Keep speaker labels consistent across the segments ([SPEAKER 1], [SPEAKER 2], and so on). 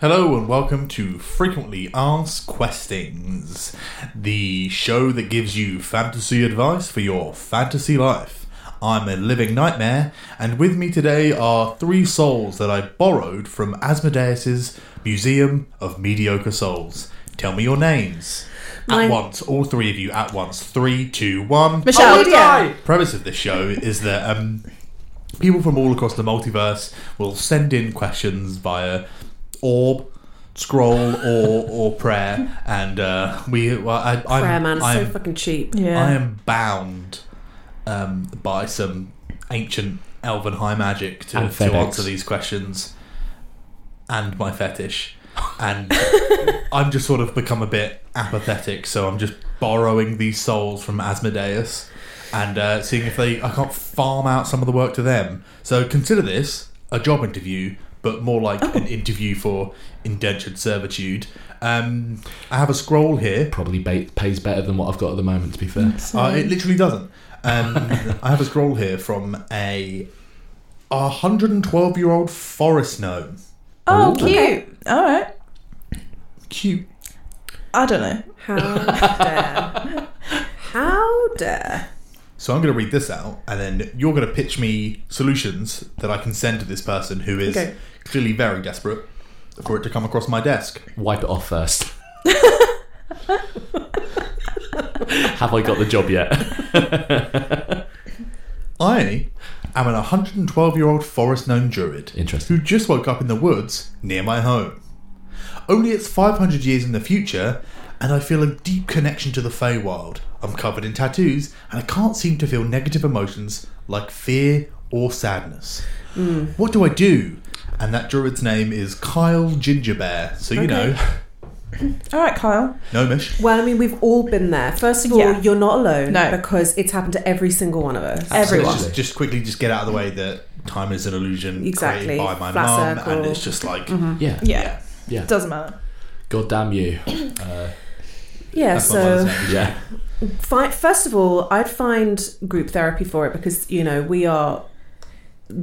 [SPEAKER 1] Hello and welcome to Frequently Asked Questings, the show that gives you fantasy advice for your fantasy life. I'm a living nightmare, and with me today are three souls that I borrowed from Asmodeus's Museum of Mediocre Souls. Tell me your names. At
[SPEAKER 2] Mine-
[SPEAKER 1] once, all three of you at once. Three, two, one.
[SPEAKER 2] Michelle.
[SPEAKER 1] The premise of this show is that um, people from all across the multiverse will send in questions via orb, scroll, or or prayer, and uh, we. Well, I, I'm,
[SPEAKER 2] Prayer man, it's so
[SPEAKER 1] Um, I'm,
[SPEAKER 2] fucking cheap.
[SPEAKER 1] I
[SPEAKER 3] Yeah.
[SPEAKER 1] am bound um, by some ancient elven high magic to,
[SPEAKER 4] And
[SPEAKER 1] to
[SPEAKER 4] FedEx.
[SPEAKER 1] answer these questions, and my fetish, and I'm just sort of become a bit apathetic. So I'm just borrowing these souls from Asmodeus and uh, seeing if they I can't farm out some of the work to them. So consider this a job interview, but more like
[SPEAKER 4] Oh.
[SPEAKER 1] an interview for indentured servitude. Um, I have a scroll here.
[SPEAKER 4] Probably ba- pays better than what I've got at the moment, to be fair.
[SPEAKER 1] Uh, it literally doesn't. Um, I have a scroll here from a 112 year old forest gnome.
[SPEAKER 3] Oh,
[SPEAKER 4] Ooh.
[SPEAKER 3] cute. All right.
[SPEAKER 1] Cute.
[SPEAKER 3] I don't know.
[SPEAKER 2] How dare? How dare?
[SPEAKER 1] So I'm going to read this out, and then you're going to pitch me solutions that I can send to this person who is
[SPEAKER 2] Okay.
[SPEAKER 1] clearly very desperate for it to come across my desk.
[SPEAKER 4] Wipe it off first. Have I got the job yet?
[SPEAKER 1] I am an 112 year old forest gnome druid.
[SPEAKER 4] Interesting.
[SPEAKER 1] who just woke up in the woods near my home. Only it's 500 years in the future, and I feel a deep connection to the Feywild. I'm covered in tattoos, and I can't seem to feel negative emotions like fear or sadness.
[SPEAKER 2] Mm.
[SPEAKER 1] What do I do? And that druid's name is Kyle Gingerbear, so you know,
[SPEAKER 3] All right, Kyle.
[SPEAKER 1] gnomish.
[SPEAKER 2] Well, I mean, we've all been there. First of all,
[SPEAKER 3] Yeah.
[SPEAKER 2] you're not alone
[SPEAKER 3] No.
[SPEAKER 2] because it's happened to every single one of us.
[SPEAKER 3] Everyone.
[SPEAKER 1] Let's Just, just quickly, just get out of the way that time is an illusion
[SPEAKER 2] Exactly.
[SPEAKER 1] created by my
[SPEAKER 2] Flat
[SPEAKER 1] mum,
[SPEAKER 2] circle. Mm-hmm.
[SPEAKER 1] and it's just like
[SPEAKER 2] Mm.
[SPEAKER 4] Yeah.
[SPEAKER 3] Yeah.
[SPEAKER 1] Yeah.
[SPEAKER 4] Yeah.
[SPEAKER 3] Doesn't matter.
[SPEAKER 4] God damn you. Uh,
[SPEAKER 2] yeah,
[SPEAKER 1] that's my mother's
[SPEAKER 2] so
[SPEAKER 1] name.
[SPEAKER 4] yeah.
[SPEAKER 2] fi- first of all, I'd find group therapy for it because, you know, we are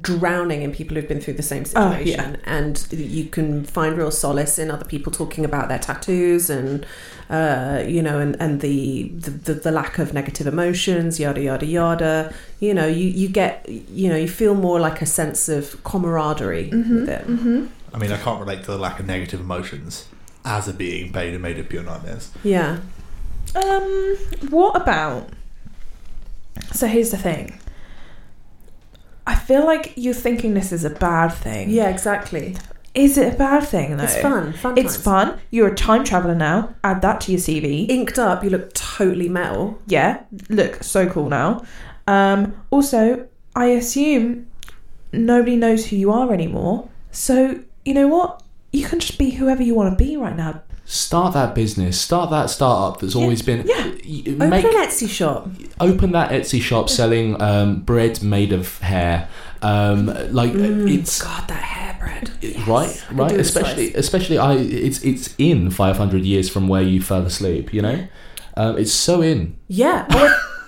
[SPEAKER 2] drowning in people who've been through the same
[SPEAKER 3] Oh,
[SPEAKER 2] situation and you can find real solace in other people talking about their tattoos and uh, you know and, and the, the the lack of negative emotions yada yada yada you know you you get you know you feel more like a sense of camaraderie with it
[SPEAKER 1] I mean, I can't relate to the lack of negative emotions as a being made and made of pure nightmares.
[SPEAKER 2] yeah
[SPEAKER 3] Um, what about? So here's the thing. I feel like you're thinking this is a bad thing.
[SPEAKER 2] yeah exactly
[SPEAKER 3] Is it a bad thing though?
[SPEAKER 2] it's fun fun
[SPEAKER 3] It's
[SPEAKER 2] times.
[SPEAKER 3] fun. You're a time traveler now. Add that to your CV.
[SPEAKER 2] inked up you look totally metal
[SPEAKER 3] yeah, look so cool now. Um, also, I assume nobody knows who you are anymore. So you know what? You can just be whoever you want to be right now.
[SPEAKER 4] Start that business. Start that startup that's always been.
[SPEAKER 3] yeah.
[SPEAKER 4] Y-
[SPEAKER 2] open
[SPEAKER 4] Make,
[SPEAKER 2] an etsy shop
[SPEAKER 4] open that Etsy shop selling um, bread made of hair. Um, like it's
[SPEAKER 2] Mm. god that hair bread
[SPEAKER 4] right,
[SPEAKER 2] I could
[SPEAKER 4] right.
[SPEAKER 2] do with
[SPEAKER 4] Especially, especially I. It's it's in 500 years from where you fell asleep. You know, um, it's so in.
[SPEAKER 2] Yeah. Oh,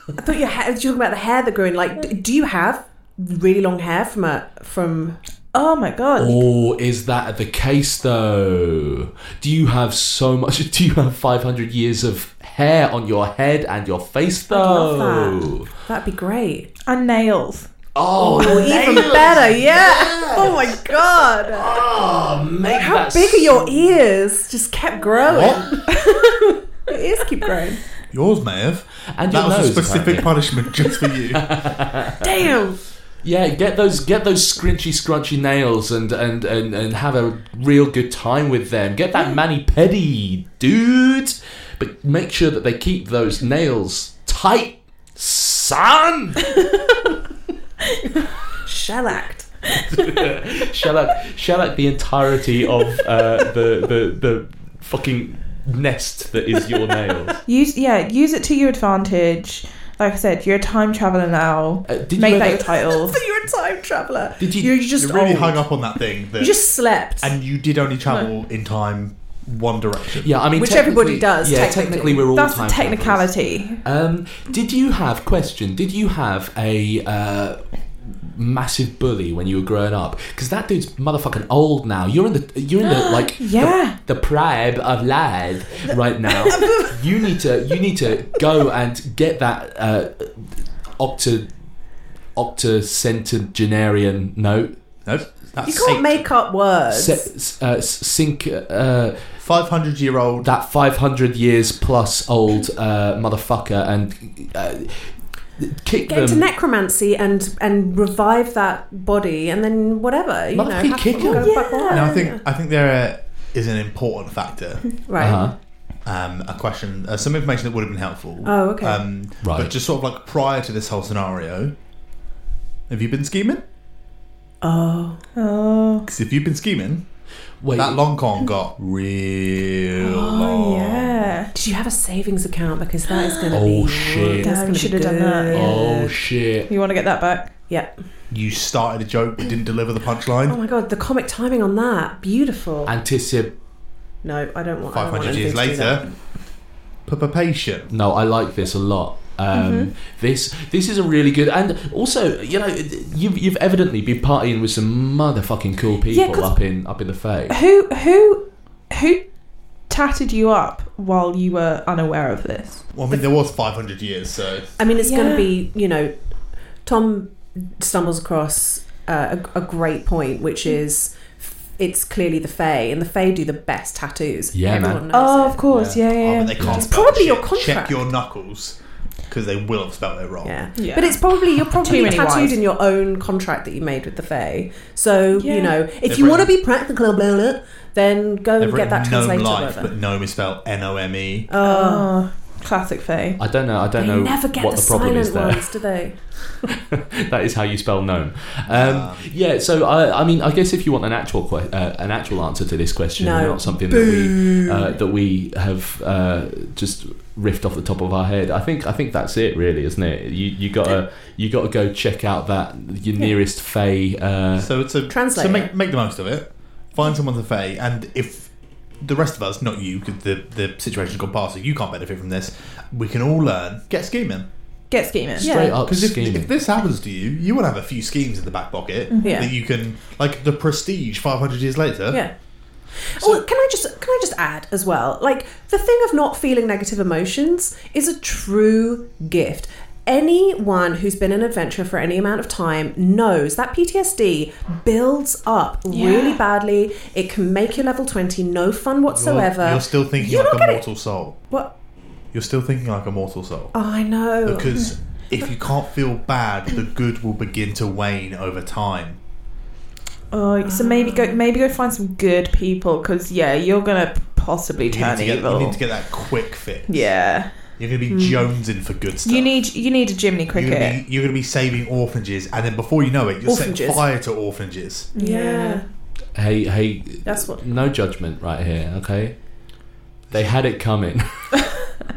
[SPEAKER 2] I I thought your hair. You were talking about the hair that grew in. Like, d- do you have really long hair from a from?
[SPEAKER 3] Oh my god!
[SPEAKER 4] Or is that the case though? Do you have so much? Do you have 500 years of hair on your head and your face though?
[SPEAKER 2] love That'd be great.
[SPEAKER 3] And nails.
[SPEAKER 4] Oh,
[SPEAKER 2] Even
[SPEAKER 4] nails.
[SPEAKER 2] better. Yeah. Oh my god.
[SPEAKER 4] Oh, make
[SPEAKER 2] How
[SPEAKER 4] that
[SPEAKER 2] big are
[SPEAKER 4] s-
[SPEAKER 2] your ears? Just kept growing.
[SPEAKER 1] What?
[SPEAKER 2] Your ears keep growing.
[SPEAKER 1] Yours may have.
[SPEAKER 4] and
[SPEAKER 1] That
[SPEAKER 4] your
[SPEAKER 1] was
[SPEAKER 4] nose,
[SPEAKER 1] a specific
[SPEAKER 4] apparently.
[SPEAKER 1] punishment just for you.
[SPEAKER 2] Damn.
[SPEAKER 4] Yeah, get those get those scrinchy scrunchy nails and and and and have a real good time with them. Get that mani pedi, dude. But make sure that they keep those nails tight, son.
[SPEAKER 2] Shellacked.
[SPEAKER 4] shall I shall I the entirety of uh, the the the fucking nest that is your nails?
[SPEAKER 3] Use yeah. Use it to your advantage. Like I said, you're a time traveler now.
[SPEAKER 4] Uh, did
[SPEAKER 3] Make
[SPEAKER 4] you
[SPEAKER 3] that
[SPEAKER 4] ever-
[SPEAKER 3] your title.
[SPEAKER 2] But you're a time traveler.
[SPEAKER 4] Did you-
[SPEAKER 2] You're just
[SPEAKER 1] You're really
[SPEAKER 2] old.
[SPEAKER 1] hung up on that thing. That,
[SPEAKER 2] You just slept.
[SPEAKER 1] and you did only travel in time one direction.
[SPEAKER 4] Yeah, I mean,
[SPEAKER 2] Which everybody
[SPEAKER 4] technically-
[SPEAKER 2] does,
[SPEAKER 4] Yeah,
[SPEAKER 2] technically.
[SPEAKER 4] technically, we're all
[SPEAKER 3] That's
[SPEAKER 4] time
[SPEAKER 3] the
[SPEAKER 4] travelers.
[SPEAKER 3] technicality.
[SPEAKER 4] Um, did you have question? Did you have a uh, massive bully when you were growing up? Because that dude's motherfucking old now. You're in the you're in the like
[SPEAKER 3] Yeah.
[SPEAKER 4] the, the pride of life right now. you need to you need to go and get that uh, octa octocentenarian note.
[SPEAKER 1] No, that's
[SPEAKER 2] You can't make up words.
[SPEAKER 4] Se, s- uh, s- sync uh,
[SPEAKER 1] five hundred year old.
[SPEAKER 4] that 500 years plus old uh, motherfucker and uh, kick
[SPEAKER 2] Get into
[SPEAKER 4] them.
[SPEAKER 2] necromancy and and revive that body, and then whatever you know.
[SPEAKER 4] Motherfucking
[SPEAKER 2] have-
[SPEAKER 4] kick 'em.
[SPEAKER 2] go back on.
[SPEAKER 1] Now I think I think there uh, is an important factor.
[SPEAKER 2] right.
[SPEAKER 4] Uh-huh.
[SPEAKER 1] Um, a question, uh, some information that would have been helpful.
[SPEAKER 2] Oh, okay.
[SPEAKER 1] Um,
[SPEAKER 4] Right.
[SPEAKER 1] But just sort of like prior to this whole scenario, have you been scheming?
[SPEAKER 2] Oh,
[SPEAKER 3] Oh.
[SPEAKER 1] Because if you've been scheming,
[SPEAKER 4] Wait,
[SPEAKER 1] that long con got real long.
[SPEAKER 3] Oh yeah.
[SPEAKER 2] did you have a savings account? Because that is going to
[SPEAKER 4] Oh,
[SPEAKER 2] be.
[SPEAKER 4] shit.
[SPEAKER 2] that's
[SPEAKER 3] Damn,
[SPEAKER 2] gonna
[SPEAKER 3] should have
[SPEAKER 2] be
[SPEAKER 3] done that.
[SPEAKER 2] good.
[SPEAKER 4] oh shit.
[SPEAKER 3] You want to get that back?
[SPEAKER 2] yeah.
[SPEAKER 1] You started a joke but didn't deliver the
[SPEAKER 2] Oh
[SPEAKER 1] punchline.
[SPEAKER 2] my god, the comic timing on that, beautiful.
[SPEAKER 4] Anticip.
[SPEAKER 2] no, I don't want. I
[SPEAKER 1] Five
[SPEAKER 2] don't want
[SPEAKER 1] hundred years
[SPEAKER 2] anything to do that.
[SPEAKER 1] later, perpapation.
[SPEAKER 4] No, I like this a lot. Um,
[SPEAKER 2] Mm-hmm.
[SPEAKER 4] This this is a really good, and also you know you've, you've evidently been partying with some motherfucking cool people
[SPEAKER 3] Yeah, 'cause-
[SPEAKER 4] up in up in the fake.
[SPEAKER 3] Who who who tatted you up while you were unaware of this?
[SPEAKER 1] Well, I mean, there was five hundred years, so oh,
[SPEAKER 2] I mean, it's going to be
[SPEAKER 3] Yeah.
[SPEAKER 2] you know, Tom stumbles across uh, a, a great point, which is it's clearly the Fae, and the Fae do the best tattoos.
[SPEAKER 4] Yeah, man.
[SPEAKER 2] Everyone knows
[SPEAKER 3] Oh,
[SPEAKER 2] it.
[SPEAKER 3] of course. Yeah, yeah.
[SPEAKER 1] oh,
[SPEAKER 3] yeah.
[SPEAKER 1] but they can't.
[SPEAKER 2] It's
[SPEAKER 1] spell
[SPEAKER 2] probably
[SPEAKER 1] shit.
[SPEAKER 2] your contract.
[SPEAKER 1] Check your knuckles because they will have spelled it wrong.
[SPEAKER 2] Yeah.
[SPEAKER 3] Yeah.
[SPEAKER 2] but it's probably you're probably
[SPEAKER 3] Too many
[SPEAKER 2] tattooed
[SPEAKER 3] wives.
[SPEAKER 2] in your own contract that you made with the Fae. So
[SPEAKER 3] Yeah.
[SPEAKER 2] you know, if
[SPEAKER 1] They've
[SPEAKER 2] you want to
[SPEAKER 1] written-
[SPEAKER 2] be practical, blah, blah, blah, then go
[SPEAKER 1] They've
[SPEAKER 2] and get
[SPEAKER 1] written gnome
[SPEAKER 2] that translated.
[SPEAKER 1] life,
[SPEAKER 2] whatever.
[SPEAKER 1] but gnome is spelled N O M E.
[SPEAKER 2] oh.
[SPEAKER 3] Oh, classic Faye.
[SPEAKER 4] I don't know. I don't
[SPEAKER 2] They
[SPEAKER 4] know
[SPEAKER 2] never get
[SPEAKER 4] what
[SPEAKER 2] the,
[SPEAKER 4] the, problem
[SPEAKER 2] silent
[SPEAKER 4] is there.
[SPEAKER 2] ones, do they?
[SPEAKER 4] that is how you spell gnome. Um,
[SPEAKER 1] Um,
[SPEAKER 2] Ah.
[SPEAKER 4] yeah, so I, I mean, I guess if you want an actual que- uh, an actual answer to this question,
[SPEAKER 2] No.
[SPEAKER 4] not something that we uh, that we have uh, just riffed off the top of our head, I think I think that's it, really, isn't it? You you gotta you gotta go check out that your nearest Fey. Uh,
[SPEAKER 1] So it's a
[SPEAKER 2] Translate
[SPEAKER 1] So make,
[SPEAKER 2] it.
[SPEAKER 1] make the most of it. Find someone to fey, and if the rest of us, not you, 'cause the the situation's gone past, so you can't benefit from this. We can all learn. Get scheming
[SPEAKER 3] Get scheming.
[SPEAKER 4] straight
[SPEAKER 2] Yeah,
[SPEAKER 4] up
[SPEAKER 1] because if,
[SPEAKER 4] scheming.
[SPEAKER 1] if this happens to you, you will have a few schemes in the back pocket
[SPEAKER 2] Mm-hmm. Yeah.
[SPEAKER 1] that you can like the prestige five hundred years later.
[SPEAKER 2] Yeah. oh, can I just can I just add as well? Like the thing of not feeling negative emotions is a true gift. Anyone who's been an adventurer for any amount of time knows that PTSD builds up really
[SPEAKER 3] Yeah.
[SPEAKER 2] badly. It can make you level twenty no fun
[SPEAKER 1] You're,
[SPEAKER 2] whatsoever.
[SPEAKER 1] you're still thinking
[SPEAKER 2] You're
[SPEAKER 1] like a
[SPEAKER 2] not gonna-
[SPEAKER 1] mortal soul.
[SPEAKER 2] what?
[SPEAKER 1] You're still thinking like a mortal soul
[SPEAKER 2] Oh, I know.
[SPEAKER 1] because if you can't feel bad, the good will begin to wane over time.
[SPEAKER 3] Oh, so maybe go maybe go find some good people because yeah, you're gonna possibly
[SPEAKER 1] You need,
[SPEAKER 3] turn
[SPEAKER 1] to get, you
[SPEAKER 3] evil.
[SPEAKER 1] need to get that quick fix.
[SPEAKER 3] yeah,
[SPEAKER 1] You're going to
[SPEAKER 2] Hmm.
[SPEAKER 1] be jonesing for good stuff.
[SPEAKER 3] you need you need a Jiminy
[SPEAKER 1] You're gonna,
[SPEAKER 3] Cricket.
[SPEAKER 1] be, you're gonna be saving orphanages, and then before you know it, you're setting
[SPEAKER 2] Orphanages.
[SPEAKER 1] fire to orphanages.
[SPEAKER 2] yeah,
[SPEAKER 4] hey hey,
[SPEAKER 2] that's what.
[SPEAKER 4] no judgment right here, okay? They had it coming.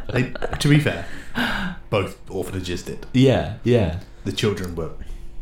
[SPEAKER 1] They, to be fair, both orphanages did.
[SPEAKER 4] yeah, yeah.
[SPEAKER 1] The children were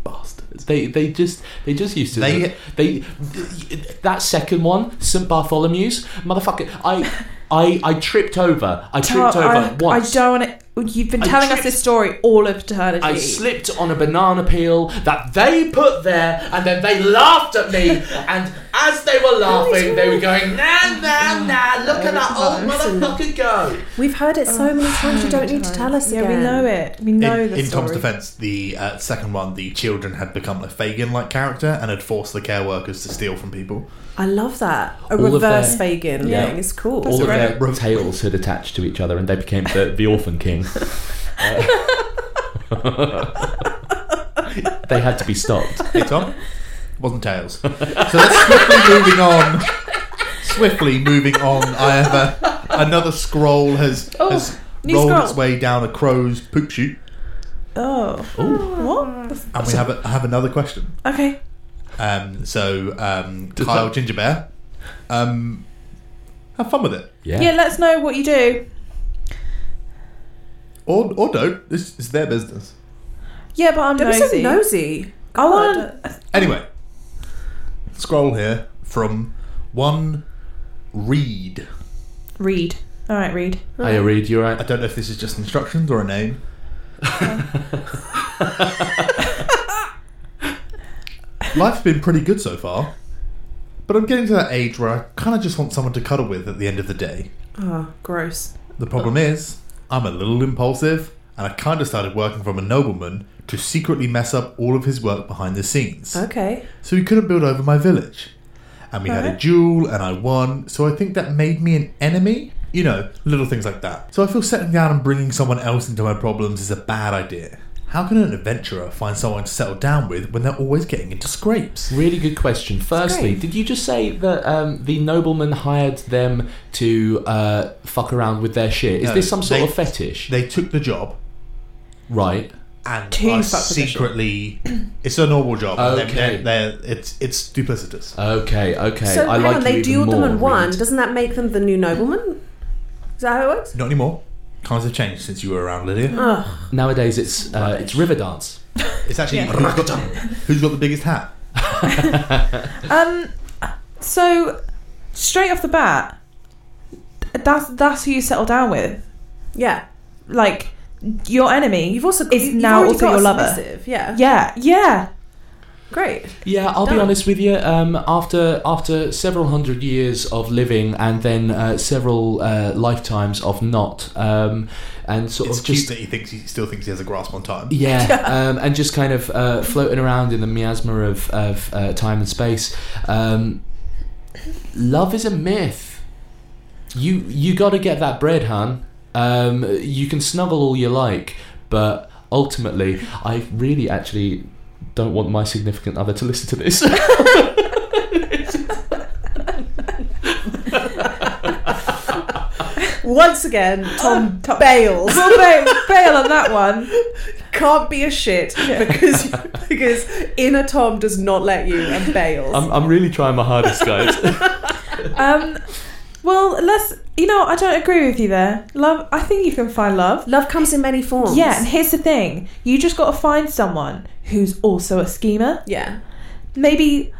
[SPEAKER 1] bastards.
[SPEAKER 4] They they just they just used to
[SPEAKER 1] They-
[SPEAKER 4] they, they that second one St Bartholomew's motherfucker I I I tripped over I
[SPEAKER 3] Tar-
[SPEAKER 4] tripped over
[SPEAKER 3] I,
[SPEAKER 4] once
[SPEAKER 3] I don't want to. You've been
[SPEAKER 4] I
[SPEAKER 3] telling us
[SPEAKER 4] tripped-
[SPEAKER 3] this story all of eternity.
[SPEAKER 4] I slipped on a banana peel that they put there and then they laughed at me and as they were laughing they were going nah nah nah look at that old motherfucker go
[SPEAKER 2] We've heard it so many times. You don't need to tell us
[SPEAKER 3] Oh, yeah,
[SPEAKER 2] again.
[SPEAKER 3] we Oh, know it. We know
[SPEAKER 1] in
[SPEAKER 3] the
[SPEAKER 1] in
[SPEAKER 3] story.
[SPEAKER 1] Tom's defence, the uh, second one, the children had become a Fagin-like character and had forced the care workers to steal from people.
[SPEAKER 2] I love that. A
[SPEAKER 4] All of
[SPEAKER 2] reverse
[SPEAKER 4] their-
[SPEAKER 2] Fagin
[SPEAKER 4] Yeah.
[SPEAKER 2] thing is cool.
[SPEAKER 4] all of their
[SPEAKER 1] right.
[SPEAKER 4] tails had attached to each other and they became the, the orphan king Uh, they had to be stopped
[SPEAKER 1] Hey Tom, wasn't tails. So let's swiftly moving on. Swiftly moving on. I have a, another scroll has
[SPEAKER 3] Oh,
[SPEAKER 1] has
[SPEAKER 3] new
[SPEAKER 1] rolled
[SPEAKER 3] scroll.
[SPEAKER 1] its way down a crow's poop chute.
[SPEAKER 3] oh, what? The
[SPEAKER 1] And we have a, have another question.
[SPEAKER 3] f- Okay.
[SPEAKER 1] Um, so um, Kyle
[SPEAKER 4] that-
[SPEAKER 1] Ginger Bear, um, have fun with it,
[SPEAKER 3] Yeah, let us know what you do.
[SPEAKER 1] or or don't. This is their business.
[SPEAKER 3] Yeah, but I'm
[SPEAKER 2] Don't be
[SPEAKER 3] nosy.
[SPEAKER 2] so nosy.
[SPEAKER 3] I
[SPEAKER 2] God.
[SPEAKER 3] want.
[SPEAKER 1] Anyway, scroll here from one Reed.
[SPEAKER 3] Read. All right, read.
[SPEAKER 4] Hey, Reed, you
[SPEAKER 1] I
[SPEAKER 4] alright?
[SPEAKER 1] don't know if this is just instructions or a name. Life's been pretty good so far. But I'm getting to that age where I kind of just want someone to cuddle with at the end of the day.
[SPEAKER 2] Oh, gross.
[SPEAKER 1] The problem is, I'm a little impulsive, and I kind of started working from a nobleman to secretly mess up all of his work behind the scenes.
[SPEAKER 2] Okay.
[SPEAKER 1] So he couldn't build over my village. And we had a
[SPEAKER 2] Alright.
[SPEAKER 1] duel, and I won, so I think that made me an enemy. You know, little things like that. So I feel settling down and bringing someone else into my problems is a bad idea. How can an adventurer find someone to settle down with when they're always getting into scrapes?
[SPEAKER 4] Really good question. Firstly,
[SPEAKER 2] great.
[SPEAKER 4] did you just say that um, the nobleman hired them to uh, fuck around with their shit? Is
[SPEAKER 1] No,
[SPEAKER 4] this some sort
[SPEAKER 1] they-
[SPEAKER 4] of fetish?
[SPEAKER 1] They took the job,
[SPEAKER 4] right.
[SPEAKER 1] and
[SPEAKER 2] Two
[SPEAKER 1] are
[SPEAKER 2] fuck position.
[SPEAKER 1] secretly it's a normal job.
[SPEAKER 4] Okay.
[SPEAKER 1] They're- they're- it's it's duplicitous.
[SPEAKER 4] Okay. Okay.
[SPEAKER 2] so
[SPEAKER 4] I
[SPEAKER 2] hang
[SPEAKER 4] like
[SPEAKER 2] on,
[SPEAKER 4] you
[SPEAKER 2] they
[SPEAKER 4] even
[SPEAKER 2] dueled them
[SPEAKER 4] more,
[SPEAKER 2] and won.
[SPEAKER 4] Reed.
[SPEAKER 2] Doesn't that make them the new nobleman? Is that how it works?
[SPEAKER 1] Not anymore. Times have changed since you were around, Lydia.
[SPEAKER 2] Ugh.
[SPEAKER 4] Nowadays, it's uh, it's river dance.
[SPEAKER 1] It's actually who's, got, who's got the biggest hat.
[SPEAKER 3] Um, so straight off the bat, that's that's who you settle down with.
[SPEAKER 2] Yeah.
[SPEAKER 3] Like your enemy.
[SPEAKER 2] You've also
[SPEAKER 3] is
[SPEAKER 2] you- you've
[SPEAKER 3] now
[SPEAKER 2] already
[SPEAKER 3] also
[SPEAKER 2] got
[SPEAKER 3] your
[SPEAKER 2] a
[SPEAKER 3] lover.
[SPEAKER 2] submissive, Yeah.
[SPEAKER 3] Yeah, yeah.
[SPEAKER 2] Great.
[SPEAKER 4] Yeah, I'll be
[SPEAKER 2] Done.
[SPEAKER 4] honest with you. Um, after after several hundred years of living and then uh, several uh, lifetimes of not, um, and sort
[SPEAKER 1] It's
[SPEAKER 4] of
[SPEAKER 1] just
[SPEAKER 4] just
[SPEAKER 1] that he thinks he still thinks he has a grasp on time.
[SPEAKER 4] Yeah, um, and just kind of uh, floating around in the miasma of, of uh, time and space. Um, love is a myth. You you got to get that bread, hon. Um, you can snuggle all you like, but ultimately, I really actually don't want my significant other to listen to this.
[SPEAKER 2] Once again, Tom bails.
[SPEAKER 3] We'll bail, bail on that one.
[SPEAKER 2] Can't be a shit because because inner Tom does not let you and bails.
[SPEAKER 4] I'm, I'm really trying my hardest, guys.
[SPEAKER 3] Um, well, let's. You know, I don't agree with you there. Love. I think you can find love.
[SPEAKER 2] Love comes in many forms.
[SPEAKER 3] Yeah, and here's the thing: you just got to find someone who's also a schemer.
[SPEAKER 2] Yeah.
[SPEAKER 3] Maybe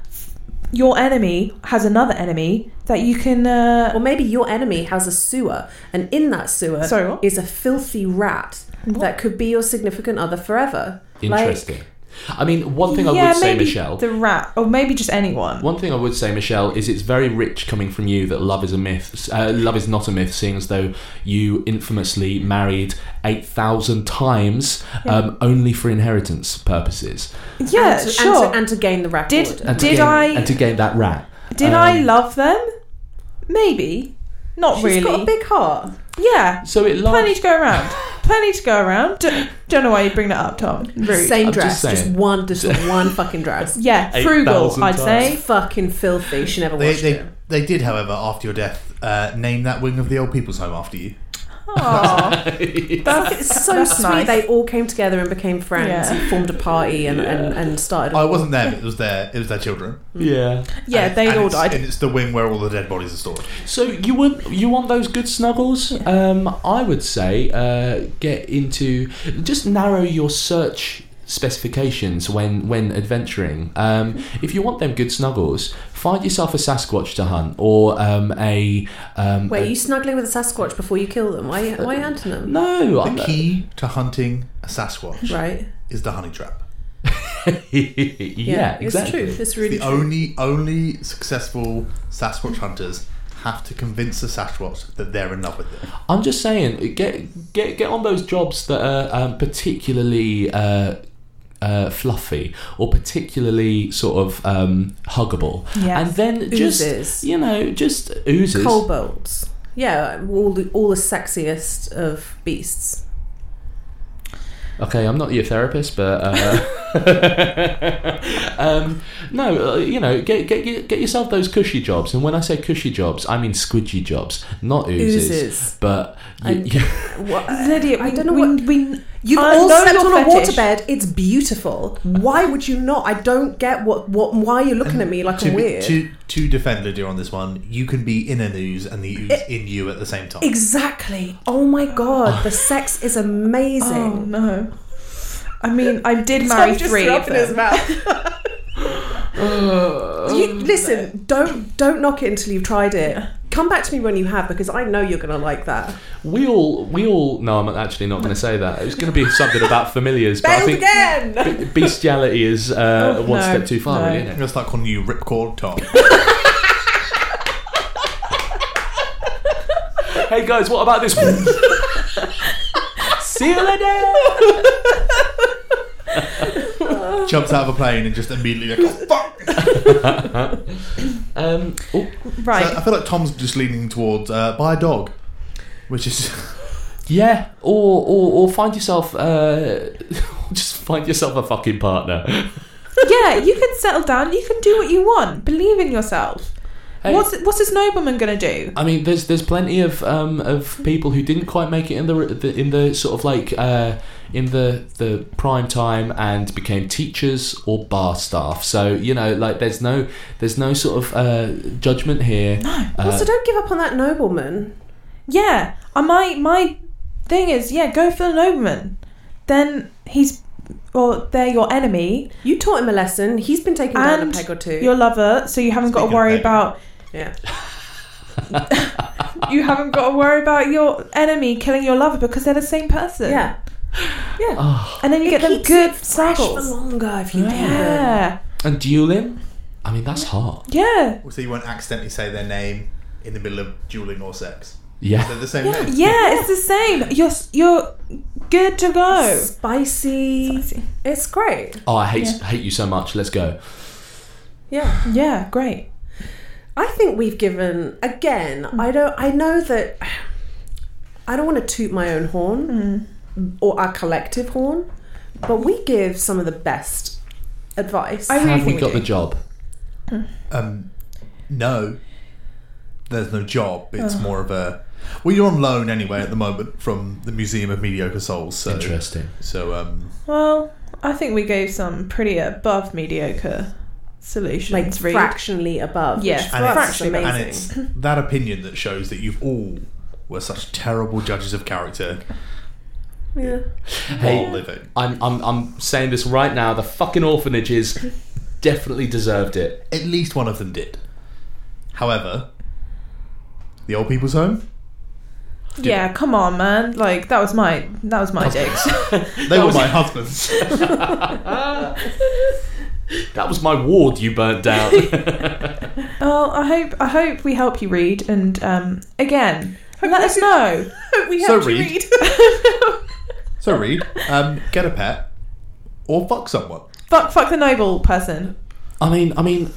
[SPEAKER 3] your enemy has another enemy that you can. Uh,
[SPEAKER 2] Or maybe your enemy has a sewer, and in that sewer
[SPEAKER 3] Sorry, what?
[SPEAKER 2] is a filthy rat
[SPEAKER 3] What?
[SPEAKER 2] that could be your significant other forever. Like-
[SPEAKER 4] Interesting. I mean, one thing I
[SPEAKER 3] yeah,
[SPEAKER 4] would say,
[SPEAKER 3] maybe
[SPEAKER 4] Michelle.
[SPEAKER 3] the rat, or maybe just anyone.
[SPEAKER 4] One thing I would say, Michelle, is it's very rich coming from you that love is a myth. Uh, love is not a myth, seeing as though you infamously married eight thousand times, um, only for inheritance purposes.
[SPEAKER 3] Yeah,
[SPEAKER 2] and to,
[SPEAKER 3] sure.
[SPEAKER 2] And to, and to gain the record.
[SPEAKER 3] Did-
[SPEAKER 4] And to
[SPEAKER 3] Did
[SPEAKER 4] gain-
[SPEAKER 3] I-
[SPEAKER 4] And to gain that rat.
[SPEAKER 3] Did
[SPEAKER 4] Um,
[SPEAKER 3] I love them? Maybe. Not
[SPEAKER 2] She's
[SPEAKER 3] really.
[SPEAKER 2] got a big heart.
[SPEAKER 3] yeah.
[SPEAKER 4] So it loves.
[SPEAKER 3] Plenty to go around. Plenty to go around. D- don't know why you bring that up, Tom. Rude.
[SPEAKER 2] Same
[SPEAKER 4] I'm
[SPEAKER 2] dress,
[SPEAKER 4] just
[SPEAKER 2] just,
[SPEAKER 4] saying.
[SPEAKER 2] one, just one fucking dress.
[SPEAKER 3] Yeah, frugal.
[SPEAKER 4] 8,000
[SPEAKER 3] I'd say.
[SPEAKER 2] Fucking filthy. She never
[SPEAKER 1] They,
[SPEAKER 2] washed
[SPEAKER 1] they,
[SPEAKER 2] it.
[SPEAKER 1] they did, however, after your death, uh, name that wing of the old people's home after you.
[SPEAKER 3] Aw.
[SPEAKER 2] It's
[SPEAKER 3] that's
[SPEAKER 2] so
[SPEAKER 3] that's
[SPEAKER 2] sweet.
[SPEAKER 3] nice.
[SPEAKER 2] They all came together and became friends
[SPEAKER 3] Yeah.
[SPEAKER 2] and formed a party and, and, and started.
[SPEAKER 1] I wasn't there, but Oh, it was their it was their children.
[SPEAKER 4] yeah.
[SPEAKER 3] yeah,
[SPEAKER 1] And-
[SPEAKER 3] they
[SPEAKER 1] and
[SPEAKER 3] all
[SPEAKER 1] it's-
[SPEAKER 3] died.
[SPEAKER 1] And it's the wing where all the dead bodies are stored.
[SPEAKER 4] So you would you want those good snuggles? Um, I would say uh, get into just narrow your search specifications when when adventuring. Um, if you want them good snuggles, find yourself a Sasquatch to hunt or um, a. Um,
[SPEAKER 2] Wait,
[SPEAKER 4] a-
[SPEAKER 2] are you snuggling with a Sasquatch before you kill them? Why, why hunting them?
[SPEAKER 4] no, I'm
[SPEAKER 1] The key to hunting a Sasquatch
[SPEAKER 2] Right?
[SPEAKER 1] is the honey trap.
[SPEAKER 4] yeah, exactly.
[SPEAKER 2] It's true. It's really
[SPEAKER 1] The
[SPEAKER 2] true.
[SPEAKER 1] only only successful Sasquatch hunters have to convince the Sasquatch that they're in love with them.
[SPEAKER 4] I'm just saying, get get get on those jobs that are um, particularly uh, uh, fluffy or particularly sort of um, huggable,
[SPEAKER 3] Yes.
[SPEAKER 4] and then just
[SPEAKER 2] Oozes.
[SPEAKER 4] you know just oozes.
[SPEAKER 2] Cobolds. Yeah, all the, all the sexiest of beasts.
[SPEAKER 4] Okay, I'm not your therapist, but uh, um, no, uh, you know, get, get get get yourself those cushy jobs, and when I say cushy jobs, I mean squidgy jobs, not oozes.
[SPEAKER 2] Oozes.
[SPEAKER 4] But you,
[SPEAKER 2] And-
[SPEAKER 4] you,
[SPEAKER 2] What?
[SPEAKER 3] Lydia,
[SPEAKER 2] I
[SPEAKER 3] we-
[SPEAKER 2] don't know
[SPEAKER 3] we,
[SPEAKER 2] what-
[SPEAKER 3] we-
[SPEAKER 2] You've
[SPEAKER 3] I
[SPEAKER 2] all
[SPEAKER 3] know
[SPEAKER 2] slept
[SPEAKER 3] your
[SPEAKER 2] on a
[SPEAKER 3] fetish.
[SPEAKER 2] waterbed. It's beautiful. Why would you not? I don't get what what. Why you're looking at me like
[SPEAKER 1] to,
[SPEAKER 2] I'm weird.
[SPEAKER 1] To, to defend Lydia on this one, you can be in an ooze and the ooze in you at the same time.
[SPEAKER 2] Exactly. Oh my god, the sex is amazing.
[SPEAKER 3] Oh no. I mean, I did marry three of them. Oh,
[SPEAKER 2] mouth. you, listen, don't don't knock it until you've tried it. Come back to me when you have because I know you're going to like that.
[SPEAKER 4] We all, we all. No, I'm actually not going to say that. It's going to be something about familiars, but I
[SPEAKER 2] Failed
[SPEAKER 4] think
[SPEAKER 2] again.
[SPEAKER 4] be- bestiality is uh,
[SPEAKER 3] Oh,
[SPEAKER 4] one
[SPEAKER 3] no,
[SPEAKER 4] step too far,
[SPEAKER 3] no.
[SPEAKER 4] really,
[SPEAKER 1] I'm
[SPEAKER 4] isn't
[SPEAKER 1] going to start calling you Ripcord Tom.
[SPEAKER 4] it? hey guys, what about this? See you later.
[SPEAKER 1] Jumps out of a plane and just immediately like, oh, fuck! So
[SPEAKER 4] Um, oh,
[SPEAKER 3] Right.
[SPEAKER 1] I feel like Tom's just leaning towards uh, buy a dog, which is
[SPEAKER 4] yeah, or or, or find yourself, uh, just find yourself a fucking partner.
[SPEAKER 3] yeah, you can settle down. You can do what you want. Believe in yourself.
[SPEAKER 4] Hey.
[SPEAKER 3] What's what's this nobleman gonna do?
[SPEAKER 4] I mean, there's there's plenty of um, of people who didn't quite make it in the, the in the sort of like uh, in the the prime time and became teachers or bar staff. So you know, like there's no there's no sort of uh, judgment here. No.
[SPEAKER 2] also, don't give up on that nobleman.
[SPEAKER 3] Yeah, uh, my my thing is, yeah, go for the nobleman. Then he's, or they're your enemy,
[SPEAKER 2] You taught him a lesson. He's been taken down a
[SPEAKER 3] And
[SPEAKER 2] peg or two.
[SPEAKER 3] your lover. So you haven't got
[SPEAKER 1] Speaking
[SPEAKER 3] to
[SPEAKER 1] of
[SPEAKER 3] worry
[SPEAKER 1] enemy.
[SPEAKER 3] about
[SPEAKER 2] yeah.
[SPEAKER 3] you haven't got to worry about your enemy killing your lover because they're the same person.
[SPEAKER 2] Yeah. Yeah.
[SPEAKER 3] and then you get them
[SPEAKER 2] keeps
[SPEAKER 3] good
[SPEAKER 2] it fresh for
[SPEAKER 3] saddles.
[SPEAKER 2] longer if you do that.
[SPEAKER 3] Yeah,
[SPEAKER 4] and dueling. I mean, that's hot.
[SPEAKER 3] yeah,
[SPEAKER 1] so you won't accidentally say their name in the middle of dueling or sex. They're
[SPEAKER 4] Yeah.
[SPEAKER 1] the same
[SPEAKER 2] Yeah.
[SPEAKER 1] name.
[SPEAKER 3] yeah. It's the same. You're s- you're good to go.
[SPEAKER 2] Spicy. It's great.
[SPEAKER 4] Oh, I hate
[SPEAKER 3] Yeah.
[SPEAKER 4] hate you so much. Let's go.
[SPEAKER 2] Yeah.
[SPEAKER 3] Yeah, great.
[SPEAKER 2] I think we've given again. I don't. I know that. I don't want to toot my own horn
[SPEAKER 3] Mm.
[SPEAKER 2] or our collective horn, but we give some of the best advice.
[SPEAKER 3] I- really
[SPEAKER 4] Have we
[SPEAKER 3] think we
[SPEAKER 4] got the
[SPEAKER 3] do.
[SPEAKER 4] job?
[SPEAKER 1] Um, no, there's no job. It's more of a. Well, you're on loan anyway at the moment from the Museum of Mediocre Souls. So,
[SPEAKER 4] Interesting.
[SPEAKER 1] So, um,
[SPEAKER 3] Well, I think we gave some pretty above mediocre solutions.
[SPEAKER 2] like
[SPEAKER 3] Reed.
[SPEAKER 2] fractionally above.
[SPEAKER 3] Yeah,
[SPEAKER 2] which for
[SPEAKER 1] and
[SPEAKER 2] us
[SPEAKER 1] it's,
[SPEAKER 2] is
[SPEAKER 3] fractionally above.
[SPEAKER 1] and
[SPEAKER 2] amazing.
[SPEAKER 1] it's that opinion that shows that you've all were such terrible judges of character
[SPEAKER 2] yeah.
[SPEAKER 4] Hey.
[SPEAKER 1] while living.
[SPEAKER 4] I'm I'm I'm saying this right now. The fucking orphanages definitely deserved it.
[SPEAKER 1] At least one of them did. However, the old people's home.
[SPEAKER 3] Yeah, come on, man. Like that was my that was my dicks.
[SPEAKER 1] They were my husbands.
[SPEAKER 4] That was my ward you burnt down.
[SPEAKER 3] well, I hope I hope we help you read and um again let us know.
[SPEAKER 2] we
[SPEAKER 1] So
[SPEAKER 2] have to
[SPEAKER 1] Reed-
[SPEAKER 2] read.
[SPEAKER 1] so, Reed, um, get a pet or fuck someone.
[SPEAKER 3] fuck fuck the noble person.
[SPEAKER 4] I mean, I mean,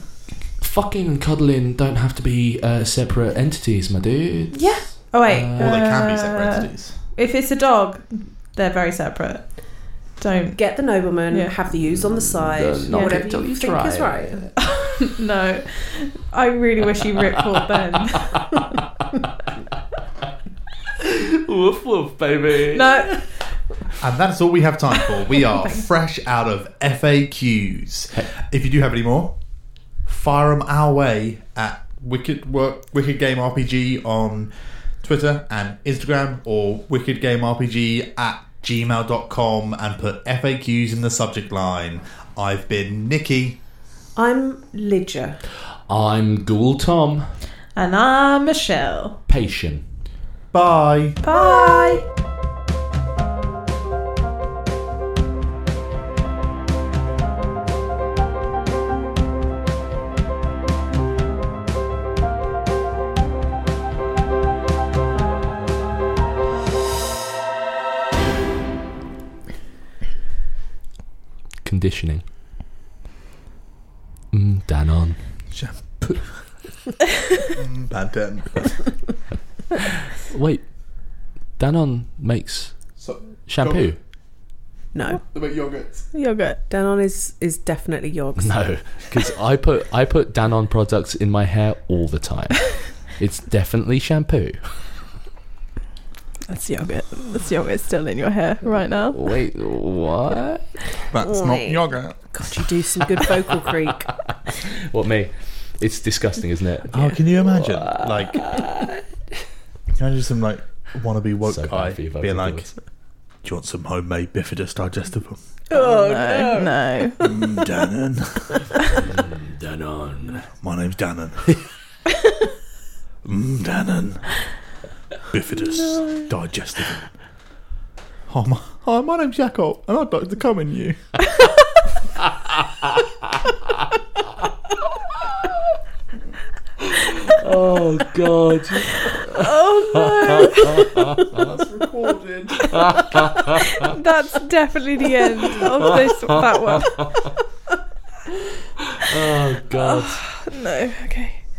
[SPEAKER 4] fucking and cuddling don't have to be uh, separate entities, my dude.
[SPEAKER 3] Yeah. Oh wait.
[SPEAKER 4] Uh,
[SPEAKER 1] Or they can be separate
[SPEAKER 3] uh,
[SPEAKER 1] entities.
[SPEAKER 3] If it's a dog, they're very separate. Don't
[SPEAKER 2] Get the nobleman.
[SPEAKER 3] Yeah.
[SPEAKER 2] Have the U's on the side.
[SPEAKER 4] No, not
[SPEAKER 2] whatever
[SPEAKER 4] until
[SPEAKER 2] you
[SPEAKER 4] you
[SPEAKER 2] think
[SPEAKER 4] try.
[SPEAKER 2] is right.
[SPEAKER 3] no. I really wish you ripped off then.
[SPEAKER 4] woof woof, baby.
[SPEAKER 3] No.
[SPEAKER 1] And that's all we have time for. We are fresh out of FAQs. If you do have any more, fire them our way at Wicked Work Wicked Game RPG on Twitter and Instagram or Wicked Game RPG at gmail.com and put FAQs in the subject line. I've been Nikki.
[SPEAKER 2] I'm Lidger.
[SPEAKER 4] I'm Ghoul Tom.
[SPEAKER 3] And I'm Michelle.
[SPEAKER 4] Patient.
[SPEAKER 1] Bye.
[SPEAKER 3] Bye.
[SPEAKER 4] Conditioning. Mm, Danon.
[SPEAKER 1] Shampoo. Mm, Pantene.
[SPEAKER 4] Wait. Danon makes
[SPEAKER 1] So,
[SPEAKER 4] shampoo.
[SPEAKER 2] No,
[SPEAKER 1] they make yogurts.
[SPEAKER 3] Yogurt.
[SPEAKER 2] Danon is is definitely yours.
[SPEAKER 4] No, because I put I put Danon products in my hair all the time. It's definitely shampoo.
[SPEAKER 3] That's yogurt. That's yogurt still in your hair right now.
[SPEAKER 4] Wait, what?
[SPEAKER 1] That's
[SPEAKER 2] Wait.
[SPEAKER 1] yogurt.
[SPEAKER 2] God, you do some good vocal creak.
[SPEAKER 4] What me? It's disgusting, isn't it?
[SPEAKER 1] Oh, can you imagine? Like, can you imagine some like wannabe woke
[SPEAKER 4] So bad
[SPEAKER 1] guy
[SPEAKER 4] for you,
[SPEAKER 1] being like,
[SPEAKER 4] vocals.
[SPEAKER 1] "Do you want some homemade bifidus digestivum?"
[SPEAKER 3] Oh, no. No.
[SPEAKER 1] mm, Dannon.
[SPEAKER 4] Danon.
[SPEAKER 1] My name's "Mm, Dannon. Mdanon. Bifidus. Digestive. Oh my, hi, my name's Jacob, and I'd like to come in you.
[SPEAKER 4] Oh God!
[SPEAKER 3] Oh
[SPEAKER 1] That's recorded.
[SPEAKER 3] no, that's definitely the end of this. That one.
[SPEAKER 4] Oh God!
[SPEAKER 3] No, okay.